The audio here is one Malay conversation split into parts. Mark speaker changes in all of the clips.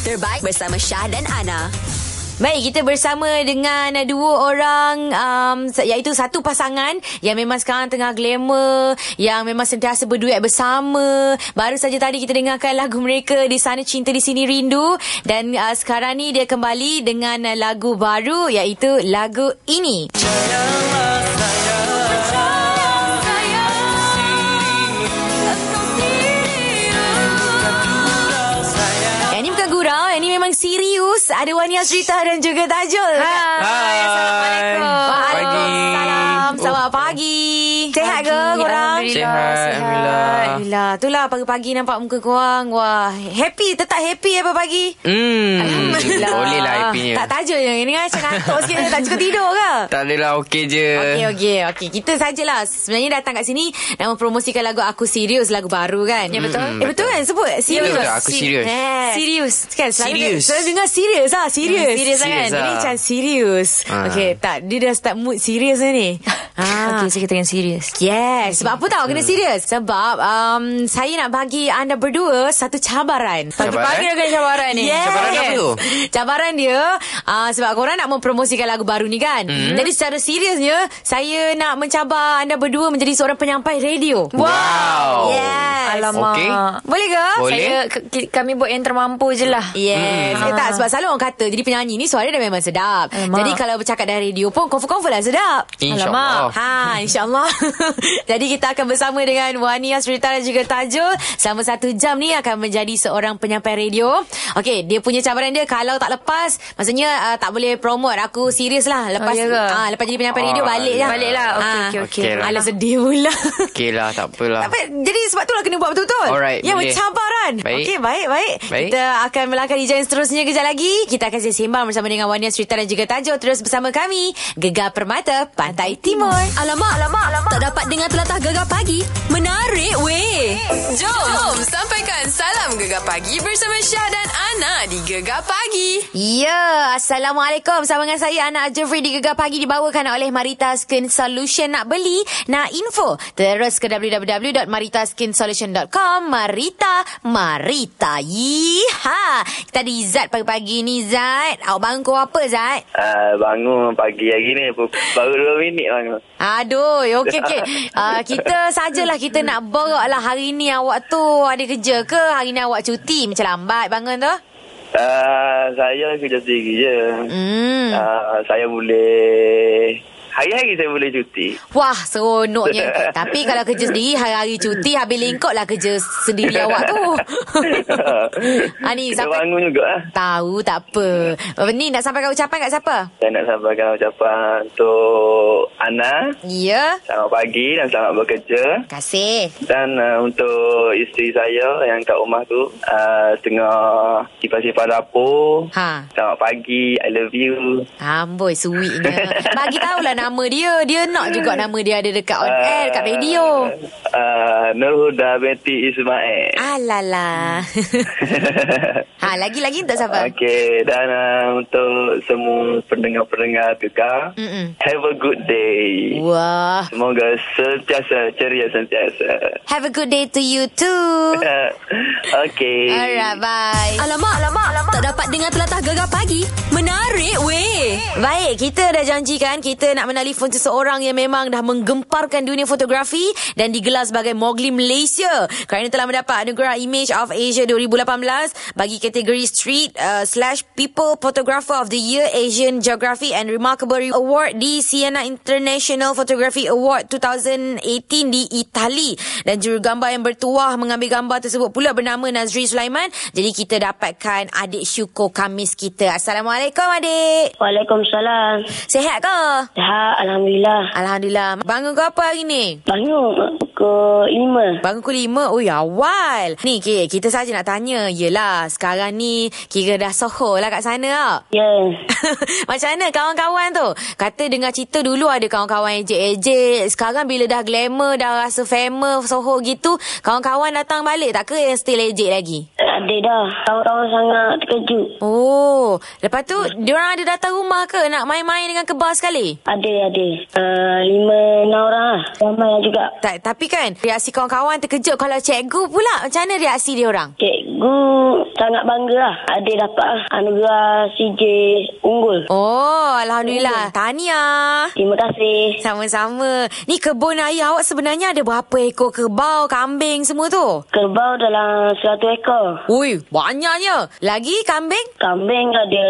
Speaker 1: Terbaik bersama Syah dan Ana.
Speaker 2: Baik, kita bersama dengan uh, dua orang um, sa- iaitu satu pasangan yang memang sekarang tengah glamour, yang memang sentiasa berduet bersama. Baru saja tadi kita dengarkan lagu mereka di sana cinta di sini rindu dan uh, sekarang ni dia kembali dengan uh, lagu baru iaitu lagu ini. Yang ni bukan gurau, yang ni memang serius. Ada Wania Cerita dan juga Tajul.
Speaker 3: Hai, Assalamualaikum.
Speaker 2: Waalaikumsalam.
Speaker 3: Pagi.
Speaker 2: Selamat pagi. Oh, Sehat ke
Speaker 3: Pagi,
Speaker 2: korang?
Speaker 3: Alhamdulillah, Sihat, sihat. Alhamdulillah.
Speaker 2: Alhamdulillah. Itulah pagi-pagi nampak muka korang. Wah, happy. Tetap happy apa pagi?
Speaker 3: Hmm, boleh lah IP-nya.
Speaker 2: Tak tajuk yang ini kan. Macam ngantuk sikit. Tak cukup tidur ke?
Speaker 3: Tak adalah okey je.
Speaker 2: Okey, okey, okey. Kita sajalah. Sebenarnya datang kat sini nak mempromosikan lagu Aku Serius, lagu baru kan? Ya, betul. Eh, betul kan? Sebut. Serius.
Speaker 3: Ya, betul. Aku Serius.
Speaker 2: Eh. Serius. Kan, selalu,
Speaker 3: Serius.
Speaker 2: selalu dengar serius lah. Serius.
Speaker 3: Hmm, serius lah kan?
Speaker 2: Ini
Speaker 3: Serius lah.
Speaker 2: macam serius.
Speaker 3: Ha.
Speaker 2: Okey, tak. Dia dah start mood serius lah ni. ha.
Speaker 4: Okay, so kita yang serius.
Speaker 2: Yes. Sebab apa tau
Speaker 3: Hmm.
Speaker 2: kena serius? Sebab um, saya nak bagi anda berdua satu cabaran.
Speaker 3: Pagi-pagi dah
Speaker 2: kena cabaran
Speaker 4: ni.
Speaker 2: Yes.
Speaker 3: Cabaran apa tu?
Speaker 2: Cabaran dia uh, sebab korang nak mempromosikan lagu baru ni kan. Mm-hmm. Jadi secara seriusnya saya nak mencabar anda berdua menjadi seorang penyampai radio.
Speaker 3: Wow.
Speaker 2: Yes.
Speaker 4: Alamak.
Speaker 3: Okey.
Speaker 2: Boleh ke?
Speaker 3: Boleh.
Speaker 4: Saya, k- k- kami buat yang termampu je lah.
Speaker 2: Yes mm. eh, tak, Sebab selalu orang kata Jadi penyanyi ni Suara dia memang sedap
Speaker 4: Alamak.
Speaker 2: Jadi kalau bercakap dalam radio pun Confirm-confirm lah sedap
Speaker 3: InsyaAllah.
Speaker 2: Ha, InsyaAllah Jadi kita akan bersama dengan Wani Asrita dan juga Tajul Selama satu jam ni Akan menjadi seorang penyampai radio Okey Dia punya cabaran dia Kalau tak lepas Maksudnya uh, tak boleh promote Aku serius lah Lepas
Speaker 4: ya ke?
Speaker 2: ah, Lepas jadi penyampai
Speaker 3: Oh,
Speaker 2: radio Balik lah
Speaker 4: Balik lah. Okey,
Speaker 2: Ah.
Speaker 4: okey, okey.
Speaker 3: Okey lah.
Speaker 2: Alah sedih pula
Speaker 3: Okey lah, tak apalah.
Speaker 2: apa, jadi sebab tu lah kena buat betul-betul.
Speaker 3: Alright,
Speaker 2: Ya,
Speaker 3: boleh.
Speaker 2: bercabaran.
Speaker 3: Baik.
Speaker 2: Okey, baik, baik.
Speaker 3: Baik.
Speaker 2: Kita akan melangkah di jalan seterusnya kejap lagi. Kita akan sembang bersama dengan Wania Cerita dan juga Tanjo. Terus bersama kami, Gegar Permata, Pantai Timur.
Speaker 1: Alamak, alamak, alamak. Tak dapat dengar telatah gegar pagi. Menarik weh.
Speaker 5: Jom, Jom sampaikan salam gegar pagi bersama Syah dan Ana di Gegar Pagi.
Speaker 2: Ya, Assalamualaikum. Sama dengan saya, Anak Jeffrey di Gegar Pagi dibawakan oleh Marita Skin Solution. Nak beli, nak info. Terus ke www.maritaskinsolution.com. Marita, Marita. Yiha. Kita di Zat pagi-pagi ni, Zat. Awak bangun kau apa, Zat?
Speaker 6: Ah, bangun pagi hari ni bu- baru 2 minit bangun.
Speaker 2: Aduh, okey okey. Uh, kita sajalah kita nak borak lah hari ni awak tu ada kerja ke? Hari ni awak cuti macam lambat bangun tu?
Speaker 6: Ah, saya kerja sendiri je.
Speaker 2: Hmm.
Speaker 6: Ah, saya boleh hari-hari saya boleh cuti.
Speaker 2: Wah, seronoknya. Tapi kalau kerja sendiri hari-hari cuti habis lengkok lah kerja sendiri awak tu. ah ni
Speaker 6: Kita
Speaker 2: sampai
Speaker 6: bangun juga ah.
Speaker 2: tahu tak apa. Uh, Ni nak sampaikan ucapan kat siapa?
Speaker 6: Saya nak sampaikan ucapan untuk Ana.
Speaker 2: Ya.
Speaker 6: Selamat pagi dan selamat bekerja.
Speaker 2: Terima kasih.
Speaker 6: Dan uh, untuk isteri saya yang kat rumah tu uh, tengah kipas-kipas dapur.
Speaker 2: Ha.
Speaker 6: Selamat pagi, I love you.
Speaker 2: Amboi, sweetnya. Bagi tahulah nama dia. Dia nak juga nama dia ada dekat on air,
Speaker 6: Ah.
Speaker 2: dekat radio.
Speaker 6: Uh, Nur Huda Betty Ismail.
Speaker 2: Alalah. ha, lagi-lagi tak sabar. Okay.
Speaker 6: Okey, dan uh, untuk semua pendengar-pendengar Gegar,
Speaker 2: Mm-mm.
Speaker 6: have a good day.
Speaker 2: Wah.
Speaker 6: Semoga sentiasa ceria sentiasa.
Speaker 2: Have a good day to you too.
Speaker 6: Okey.
Speaker 2: Alright, bye.
Speaker 1: Alamak, alamak, alamak. Tak dapat dengar telatah gegar pagi. Menarik weh.
Speaker 2: Baik, kita dah janjikan kita nak menelpon seseorang yang memang dah menggemparkan dunia fotografi dan digelar sebagai Mowgli Malaysia kerana telah mendapat anugerah Image of Asia 2018 bagi kategori Street uh, slash People Photographer of the Year Asian Geography and Remarkable Award di Siena International Photography Award 2018 di Itali dan jurugambar yang bertuah mengambil gambar tersebut pula bernama Nazri Sulaiman. Jadi kita dapatkan adik Syukur Kamis kita. Assalamualaikum adik.
Speaker 7: Waalaikumsalam.
Speaker 2: Sehat ke?
Speaker 7: Sehat, Alhamdulillah.
Speaker 2: Alhamdulillah. Bangun ke apa hari ni?
Speaker 7: Bangun pukul lima.
Speaker 2: Bangun pukul lima. Ui, awal. Ni, Kik, kita saja nak tanya. Yelah, sekarang ni kira dah soho lah kat sana tau.
Speaker 7: Ya.
Speaker 2: Macam mana kawan-kawan tu? Kata dengar cerita dulu ada kawan-kawan ejek-ejek. Sekarang bila dah glamour, dah rasa famous, soho gitu. Kawan-kawan datang balik tak ke yang still ejek lagi?
Speaker 7: Ada dah. Kawan-kawan sangat terkejut.
Speaker 2: Oh, lepas tu diorang ada datang rumah ke nak main-main dengan kebar sekali?
Speaker 7: Ada, ada. Uh, lima, enam orang lah. Ramai juga.
Speaker 2: Tak, tapi kan reaksi kawan-kawan terkejut kalau cikgu pula. Macam mana reaksi dia orang?
Speaker 7: Cikgu sangat bangga lah. Adik dapat lah anugerah CJ unggul.
Speaker 2: Oh, Alhamdulillah. Tania.
Speaker 7: Terima kasih.
Speaker 2: Sama-sama. Ni kebun ayah awak sebenarnya ada berapa ekor kerbau, kambing semua tu?
Speaker 7: Kerbau dalam 100 ekor.
Speaker 2: Ui, banyaknya. Lagi kambing?
Speaker 7: Kambing ada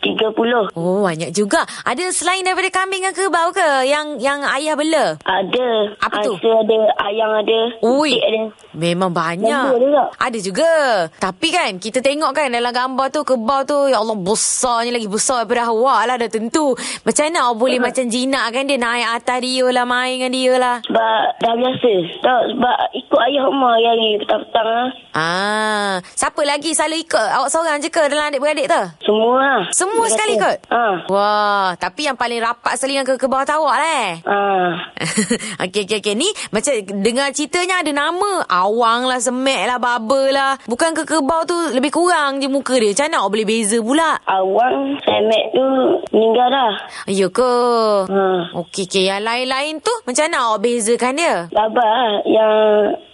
Speaker 7: 30.
Speaker 2: Oh, banyak juga. Ada selain daripada kambing dengan kerbau ke yang yang ayah bela?
Speaker 7: Ada.
Speaker 2: Apa tu?
Speaker 7: Angsa ada, ayam ada,
Speaker 2: Ui.
Speaker 7: itik ada.
Speaker 2: Memang banyak.
Speaker 7: Ada juga.
Speaker 2: Ada juga. Tapi kan, kita tengok kan dalam gambar tu, kerbau tu, ya Allah, besarnya lagi besar daripada awak lah dah tentu. Macam mana awak boleh macam jinak kan dia naik atas dia lah, main dengan dia lah.
Speaker 7: Sebab dah biasa. Tak, sebab ikut ayah rumah hari-hari petang-petang lah.
Speaker 2: Ah, siapa lagi selalu ikut? Awak seorang je ke dalam adik-beradik tu?
Speaker 7: Semua lah.
Speaker 2: Semua
Speaker 7: Terima
Speaker 2: sekali
Speaker 7: kasih.
Speaker 2: kot?
Speaker 7: Ha.
Speaker 2: Wah, tapi yang paling rapat sekali dengan ke kerbau tu awak lah eh.
Speaker 7: Ha.
Speaker 2: okey, okey, okey. Ni macam dengar ceritanya ada nama. Awang lah, semek lah, baba lah. Bukan ke kerbau tu lebih kurang je muka dia. Macam mana awak boleh beza pula?
Speaker 7: Awang Semek tu meninggal dah.
Speaker 2: Ya ke?
Speaker 7: Ha.
Speaker 2: Okey, okey. Yang lain-lain tu macam mana awak bezakan dia?
Speaker 7: Baba lah yang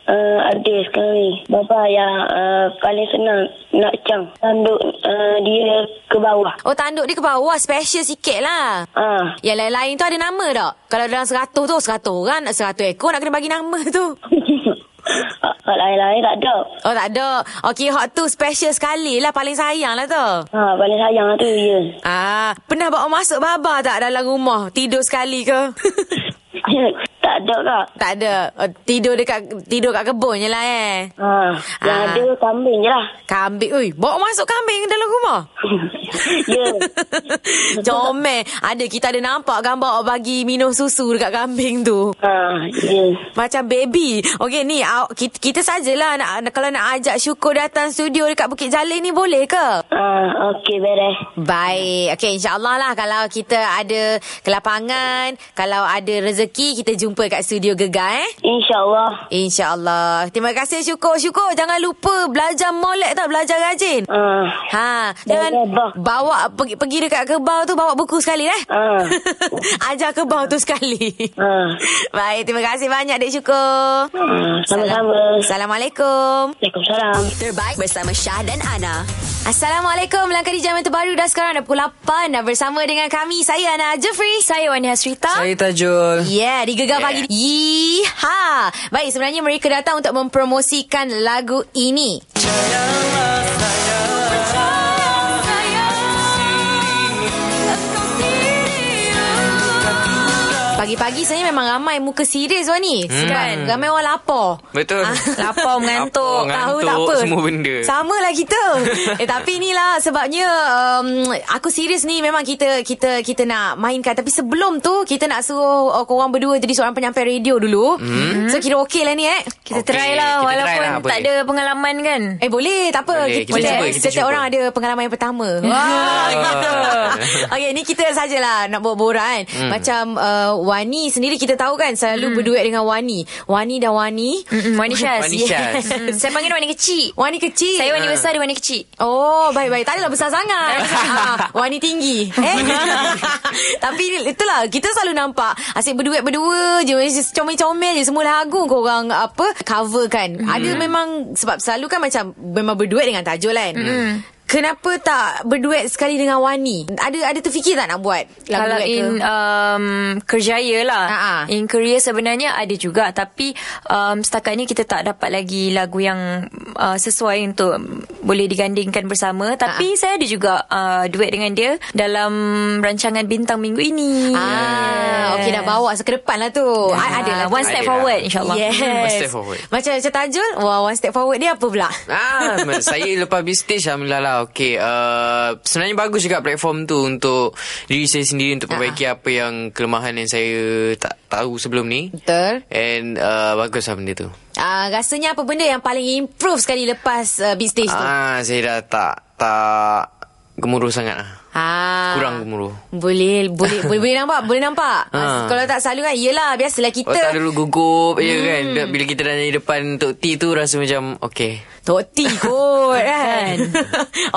Speaker 7: uh, ada sekarang ni. Baba yang uh, paling senang nak cang. Tanduk uh, dia ke bawah.
Speaker 2: Oh, tanduk dia ke bawah. Special sikit lah.
Speaker 7: Ah,
Speaker 2: Yang lain-lain tu ada nama tak? Kalau dalam seratus tu, seratus orang, nak seratus ekor nak kena bagi nama tu.
Speaker 7: Hak lain-lain tak ada.
Speaker 2: Oh, tak ada. Okey, hak tu special sekali lah. Paling sayang lah tu.
Speaker 7: Ha, paling sayang lah tu ya.
Speaker 2: Ah, pernah bawa masuk baba tak dalam rumah? Tidur sekali ke?
Speaker 7: tak ada kak.
Speaker 2: tak ada. Oh, tidur dekat tidur kat kebun je lah eh.
Speaker 7: Ha, yang
Speaker 2: Ah.
Speaker 7: ada kambing je lah.
Speaker 2: Kambing, ui, bawa masuk kambing ke dalam rumah.
Speaker 7: ya.
Speaker 2: Comel. Ada kita ada nampak gambar awak bagi minum susu dekat kambing tu.
Speaker 7: Ha, ya.
Speaker 2: Macam baby. Okey ni awak- kita, kita sajalah nak, nak kalau nak ajak Syukur datang studio dekat Bukit Jalil ni boleh ke?
Speaker 7: Ha, okey beres.
Speaker 2: Baik. Okey, insyaAllah lah kalau kita ada kelapangan, kalau ada rezeki, kita jumpa kat studio Gegar eh.
Speaker 7: InsyaAllah.
Speaker 2: InsyaAllah. Terima kasih Syukur. Syukur jangan lupa belajar molek tak belajar rajin.
Speaker 7: Ha,
Speaker 2: Ha,
Speaker 7: Belajar
Speaker 2: jangan
Speaker 7: bah.
Speaker 2: bawa pergi, pergi dekat kebau tu bawa buku sekali eh.
Speaker 7: Ah.
Speaker 2: Ajar kebau tu sekali.
Speaker 7: ha.
Speaker 2: Baik, terima kasih banyak Dek Syukur.
Speaker 7: ha. Sama-sama.
Speaker 2: Assalamualaikum.
Speaker 7: Waalaikumsalam.
Speaker 1: Terbaik bersama Syah dan Ana.
Speaker 2: Assalamualaikum Langkah di jaman terbaru Dah sekarang dah pukul 8 Dah bersama dengan kami Saya Ana Jeffrey
Speaker 4: Saya Wani Hasrita.
Speaker 3: Saya Tajul.
Speaker 2: Yeah, di Gegar yeah. Pagi. Yeeha. Baik, sebenarnya mereka datang untuk mempromosikan lagu ini. Pagi-pagi sebenarnya memang ramai muka serius wah ni. Sebab ramai orang lapar.
Speaker 3: Hmm. Betul.
Speaker 2: Ah,
Speaker 4: lapar, mengantuk.
Speaker 2: Tahu
Speaker 3: Lapar, mengantuk,
Speaker 2: tak apa.
Speaker 3: Semua benda.
Speaker 2: Sama lah kita. eh, tapi inilah sebabnya um, aku serius ni memang kita kita kita nak mainkan. Tapi sebelum tu kita nak suruh uh, korang berdua jadi seorang penyampai radio dulu. Hmm. So kira okey lah ni eh.
Speaker 3: Okey,
Speaker 4: Kita try
Speaker 3: kita
Speaker 4: lah
Speaker 3: try
Speaker 4: walaupun
Speaker 3: lah,
Speaker 4: tak
Speaker 3: boleh.
Speaker 4: ada pengalaman kan.
Speaker 2: Eh boleh tak apa
Speaker 3: Boleh, kita cuba, kita
Speaker 2: Setiap
Speaker 3: cuba.
Speaker 2: orang ada pengalaman yang pertama Wah gitu Okay ni kita sajalah Nak buat borak kan hmm. Macam uh, Wani sendiri kita tahu kan Selalu hmm. berduet dengan Wani Wani dan Wani
Speaker 4: Mm-mm, Wani Syaz.
Speaker 3: Wani Syaz.
Speaker 4: Mm, Saya panggil Wani kecil.
Speaker 2: Wani kecil
Speaker 4: Saya Wani besar, dia Wani kecil.
Speaker 2: Oh baik-baik Tak adalah besar sangat ha, Wani tinggi eh? Tapi itulah Kita selalu nampak Asyik berduet-berdua je macam Comel-comel je Semua lagu korang Apa Cover kan hmm. Ada memang Sebab selalu kan macam Memang berduet dengan Tajul kan hmm. Kenapa tak berduet sekali dengan Wani? Ada ada terfikir tak nak buat lagu
Speaker 4: Kalau
Speaker 2: duet ke?
Speaker 4: in um, kerjaya lah
Speaker 2: Ha-ha.
Speaker 4: In career sebenarnya ada juga Tapi um, setakat ni kita tak dapat lagi lagu yang uh, sesuai untuk boleh digandingkan bersama Tapi saya ada juga uh, duet dengan dia Dalam rancangan Bintang Minggu ini
Speaker 2: Ah, okey dah bawa ke depan lah tu.
Speaker 4: Ah,
Speaker 2: Ah, ada lah.
Speaker 4: One
Speaker 3: Ada
Speaker 4: step
Speaker 3: lah.
Speaker 4: forward insyaAllah Hmm.
Speaker 2: Yes.
Speaker 3: One step forward.
Speaker 2: Macam macam Tajul, wah one step forward dia apa pula?
Speaker 3: Ah, saya lepas big stage Alhamdulillah lah Okay uh, Sebenarnya bagus juga platform tu Untuk diri saya sendiri
Speaker 2: Ha.
Speaker 3: Untuk perbaiki apa yang Kelemahan yang saya Tak tahu sebelum ni
Speaker 2: Betul.
Speaker 3: And uh, Bagus lah benda tu
Speaker 2: Ah, rasanya apa benda yang paling improve sekali lepas uh, beat stage tu?
Speaker 3: Ah, Saya dah tak Tak Gemuruh sangat lah
Speaker 2: Ah.
Speaker 3: kurang gemuruh.
Speaker 2: Boleh, boleh, boleh, boleh nampak, boleh nampak. Ah.
Speaker 3: Ah. Oh,
Speaker 2: Kalau tak selalu kan, yelah, biasalah kita. Hmm.
Speaker 3: Otak dulu gugup je kan Bila kita dah nyanyi depan Tok T tu rasa macam Okay
Speaker 2: Tok T kot kan.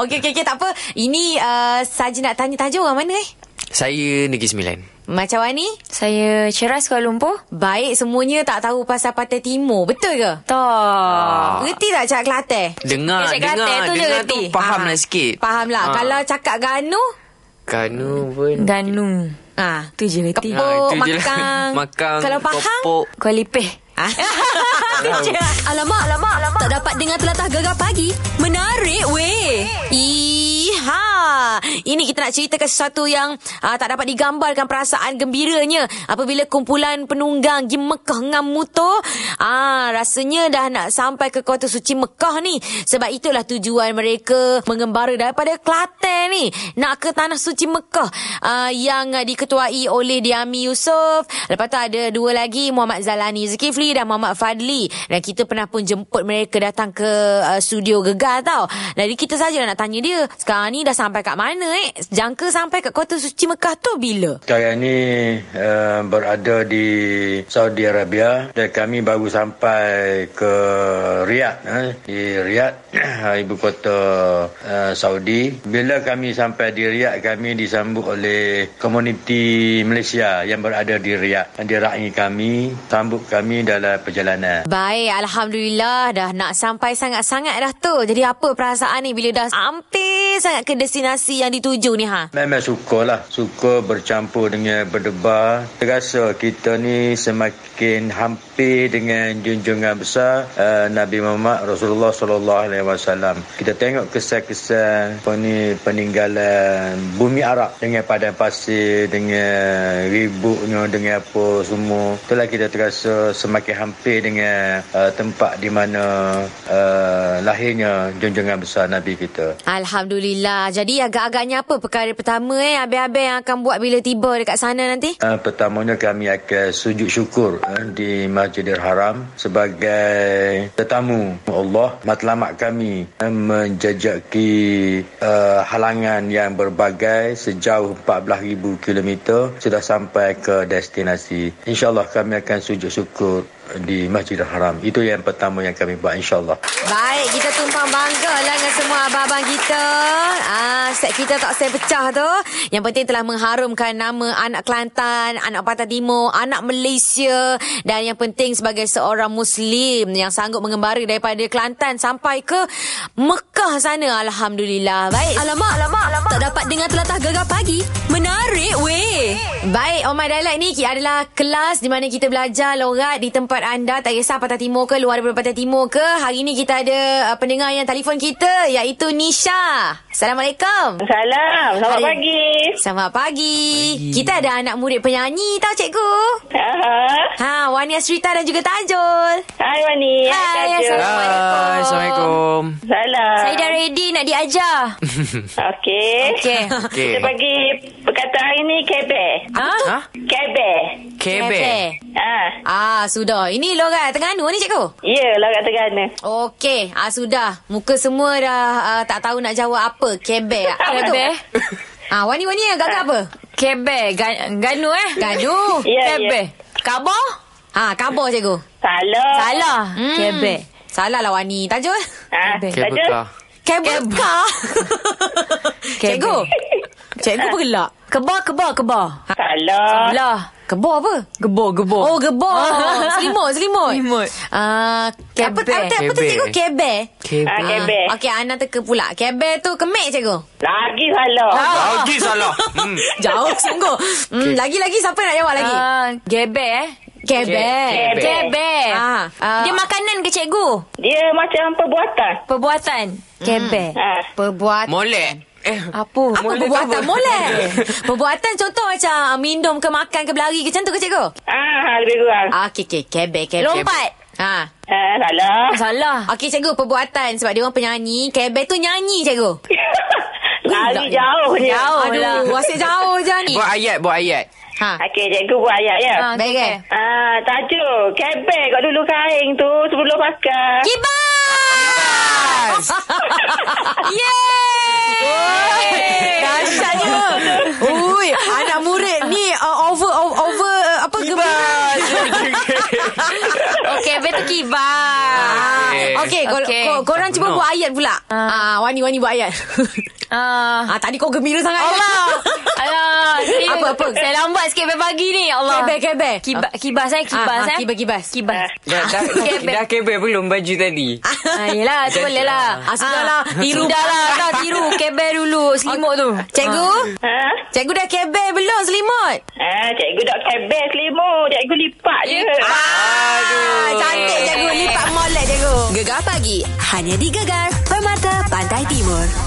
Speaker 2: okey, okey, okey, tak apa. Ini uh, saja nak tanya, Tajuk orang mana eh?
Speaker 3: Saya Negeri Sembilan.
Speaker 2: Macam Wani?
Speaker 4: Saya Ceras Kuala Lumpur.
Speaker 2: Baik semuanya tak tahu pasal Pantai Timur. Betul ke?
Speaker 4: Tak.
Speaker 2: Reti tak cakap Kelantan?
Speaker 3: Dengar,
Speaker 4: Dia
Speaker 3: Ah.
Speaker 4: cakap
Speaker 3: dengar,
Speaker 4: Kelantan tu je
Speaker 3: dengar
Speaker 4: reti.
Speaker 3: tu faham
Speaker 2: Aha.
Speaker 3: lah sikit.
Speaker 2: Faham lah.
Speaker 3: Ah.
Speaker 2: Kalau cakap Ganu,
Speaker 3: Kanu pun.
Speaker 4: Ganu.
Speaker 2: ah,
Speaker 4: Tu je reti.
Speaker 2: Kepuk,
Speaker 3: Ah, itu je lah.
Speaker 2: makang.
Speaker 3: Makang.
Speaker 2: Kalau Pahang?
Speaker 3: Kopok.
Speaker 4: Kuala Lipeh.
Speaker 2: Ah. alamak, alamak, alamak. Tak dapat dengar telatah gegar pagi. Menarik weh. Iha. Ini kita nak ceritakan sesuatu yang uh, tak dapat digambarkan perasaan gembiranya apabila kumpulan penunggang pergi Mekah dengan motor. Ah, rasanya dah nak sampai ke kota suci Mekah ni. Sebab itulah tujuan mereka mengembara daripada Kelantan ni. Nak ke tanah suci Mekah uh, yang uh, diketuai oleh Diami Yusof. Lepas tu ada dua lagi Muhammad Zalani Zulkifli dan Muhammad Fadli. Dan kita pernah pun jemput mereka datang ke uh, studio Gegar tau. Jadi kita sajalah nak tanya dia. Sekarang ni dah sampai kat mana eh? Jangka sampai kat kota suci Mekah tu bila?
Speaker 8: Saya ini uh, berada di Saudi Arabia dan kami baru sampai ke Riyadh eh, di Riyadh eh, ibu kota uh, Saudi. Bila kami sampai di Riyadh kami disambut oleh komuniti Malaysia yang berada di Riyadh. Dia raih kami, sambut kami dalam perjalanan.
Speaker 2: Baik, Alhamdulillah dah nak sampai sangat-sangat dah tu. Jadi apa perasaan ni bila dah hampir sangat ke destinasi yang dituju ni ha?
Speaker 8: Memang suka lah. Suka bercampur dengan berdebar. Terasa kita ni semakin hampir dengan junjungan besar uh, Nabi Muhammad Rasulullah Sallallahu Alaihi Wasallam. Kita tengok kesan-kesan peni, peninggalan bumi Arab dengan padang pasir, dengan ributnya, dengan apa semua. Itulah kita terasa semakin hampir dengan uh, tempat di mana uh, lahirnya junjungan besar Nabi kita.
Speaker 2: Alhamdulillah. Jadi agak-agaknya apa perkara pertama eh abang-abang yang akan buat bila tiba dekat sana nanti?
Speaker 8: Uh, pertamanya kami akan sujud syukur uh, di Masjidil Haram sebagai tetamu Allah matlamat kami uh, menjejaki uh, halangan yang berbagai sejauh 14,000 km sudah sampai ke destinasi. InsyaAllah kami akan sujud syukur uh, di Masjidil Haram. Itu yang pertama yang kami buat insyaAllah.
Speaker 2: Baik, kita tumpang bangga lah dengan semua abang-abang kita. Ah, set kita tak set pecah tu. Yang penting telah mengharumkan nama anak Kelantan, anak Pantai Timur, anak Malaysia dan yang penting sebagai seorang Muslim yang sanggup mengembara daripada Kelantan sampai ke Mekah sana. Alhamdulillah. Baik. Alamak, alamak, alamak. Tak dapat dengar telatah gegar pagi. Menarik weh. Baik, Oh My Dialect ni ki- adalah kelas di mana kita belajar lorat di tempat anda. Tak kisah Pantai Timur ke luar daripada Pantai Timur ke. Hari ni kita ada uh, pendengar yang telefon kita iaitu Nisha. Assalamualaikum.
Speaker 7: Salam. Selamat
Speaker 2: Hai.
Speaker 7: pagi.
Speaker 2: Selamat pagi. pagi. Kita ada anak murid penyanyi tau cikgu.
Speaker 7: Aha.
Speaker 2: Ha, Wania Srita dan juga Tajul.
Speaker 7: Ah, Hai Wani.
Speaker 2: Hai,
Speaker 7: Kak Jo.
Speaker 2: Assalamualaikum.
Speaker 3: Hai, Assalamualaikum.
Speaker 7: Salam.
Speaker 4: Saya dah ready nak diajar.
Speaker 7: Okey.
Speaker 2: Eh.
Speaker 4: Okey.
Speaker 3: Okey.
Speaker 7: Kita bagi perkataan hari ni keber.
Speaker 2: Ha?
Speaker 3: Ha?
Speaker 7: Keber.
Speaker 3: Kebel.
Speaker 7: Ah.
Speaker 2: Ah, sudah. Ini lorat Terengganu ni cikgu.
Speaker 7: Ya, lah kat Terengganu.
Speaker 2: Okey, ah sudah. Muka semua dah ah, tak tahu nak jawab apa. Kebek. Apa tu?
Speaker 4: Kebek.
Speaker 2: Ah, wani-wani yang gagak apa?
Speaker 4: Kebel. Gan, ganu eh.
Speaker 2: Gaduh.
Speaker 7: Ya, ya.
Speaker 4: Kebel. Kabah.
Speaker 2: Ha, kabur cikgu. Hmm.
Speaker 7: Salam.
Speaker 4: Salah. Kebel.
Speaker 2: Salah lah wani. Tajul.
Speaker 7: Ah,
Speaker 4: Kebek.
Speaker 7: tak ada?
Speaker 3: Kebel.
Speaker 2: Kebek kah?
Speaker 4: Kebek.
Speaker 2: cikgu. Cikgu Ha. bergelak.
Speaker 4: Kebah, kebah, kebah.
Speaker 7: Salah.
Speaker 4: Salah.
Speaker 2: Kebor Lah. apa?
Speaker 4: Gebor, gebor.
Speaker 2: Oh, gebor. selimut, selimut.
Speaker 4: Selimut.
Speaker 2: Ah, ke- apa,
Speaker 4: Kebek.
Speaker 2: apa, apa tu
Speaker 3: Kebek.
Speaker 2: cikgu? Kebek.
Speaker 7: Ah,
Speaker 3: Kebel.
Speaker 7: kebek.
Speaker 2: Okey, Ana teka pula. Kebek tu kemik cikgu. Ah.
Speaker 7: Lagi salah.
Speaker 3: Lagi salah. Hmm.
Speaker 2: Jauh sungguh. Hmm, lagi-lagi siapa nak jawab lagi?
Speaker 4: Ah, gebel eh.
Speaker 2: Kebek.
Speaker 7: Kebek.
Speaker 4: Kebel.
Speaker 2: Ah, ah.
Speaker 4: Dia makanan ke cikgu?
Speaker 7: Dia macam perbuatan.
Speaker 4: Perbuatan. Kebel.
Speaker 7: Ah.
Speaker 2: Perbuatan.
Speaker 3: Molek. Eh,
Speaker 4: Apa?
Speaker 2: Apa
Speaker 4: Molek
Speaker 2: perbuatan
Speaker 4: apa?
Speaker 2: molek? perbuatan contoh macam minum ke makan ke berlari ke macam tu ke cikgu?
Speaker 7: Ah, lebih kurang.
Speaker 2: Ah, okey, okey. Kebek, kebek.
Speaker 4: Lompat.
Speaker 2: Ha.
Speaker 7: Ah, salah.
Speaker 4: Salah.
Speaker 2: Ah. Okey cikgu, perbuatan sebab dia orang penyanyi. Kebek tu nyanyi cikgu.
Speaker 7: Lari jauh je.
Speaker 4: Jauh.
Speaker 2: Aduh,
Speaker 4: lah.
Speaker 2: asyik jauh je ni.
Speaker 3: buat ayat, buat ayat.
Speaker 2: Ha.
Speaker 7: Okey, cikgu buat ayat ya.
Speaker 4: Ah,
Speaker 2: Baik
Speaker 4: okey,
Speaker 2: eh?
Speaker 4: okey.
Speaker 7: Ah, tajuk. Kebek kat dulu kain tu sebelum pakai.
Speaker 2: Kibas! Yeay! Dahsyatnya. Ui, anak murid ni uh, over, over, over uh, apa gembira.
Speaker 4: Oh, kebel tu kibar.
Speaker 2: Okey, okay,
Speaker 4: Okey.
Speaker 2: okay. korang cuba Ah,
Speaker 3: Benar.
Speaker 2: buat ayat pula. Ah, Wani Wani buat ayat.
Speaker 4: Ah.
Speaker 2: Ah, tadi kau gembira sangat.
Speaker 4: Allah. Alah. Saya,
Speaker 2: Apa, apa?
Speaker 4: Saya lambat sikit pagi ni. Ya Allah.
Speaker 2: Kebel, kebel.
Speaker 4: Kiba, kibas eh, kibas
Speaker 2: Ah, ah,
Speaker 4: eh.
Speaker 2: kibas, kibas.
Speaker 4: Kibas.
Speaker 3: Dah, dah, dah,
Speaker 4: Kebel.
Speaker 3: dah kebel belum baju tadi?
Speaker 4: Ah, yelah, tu boleh lah.
Speaker 2: Ah, sudahlah. Tiru.
Speaker 4: Sudahlah, tak tiru. Kebel dulu, selimut tu.
Speaker 2: Cikgu?
Speaker 7: Ha?
Speaker 2: Ah. Cikgu dah kebel belum selimut?
Speaker 7: Ah, cikgu tak kebes limo. Cikgu lipat je.
Speaker 2: Ah, cantik cikgu. Lipat molek cikgu.
Speaker 5: Gegar pagi hanya di Gegar Permata Pantai Timur.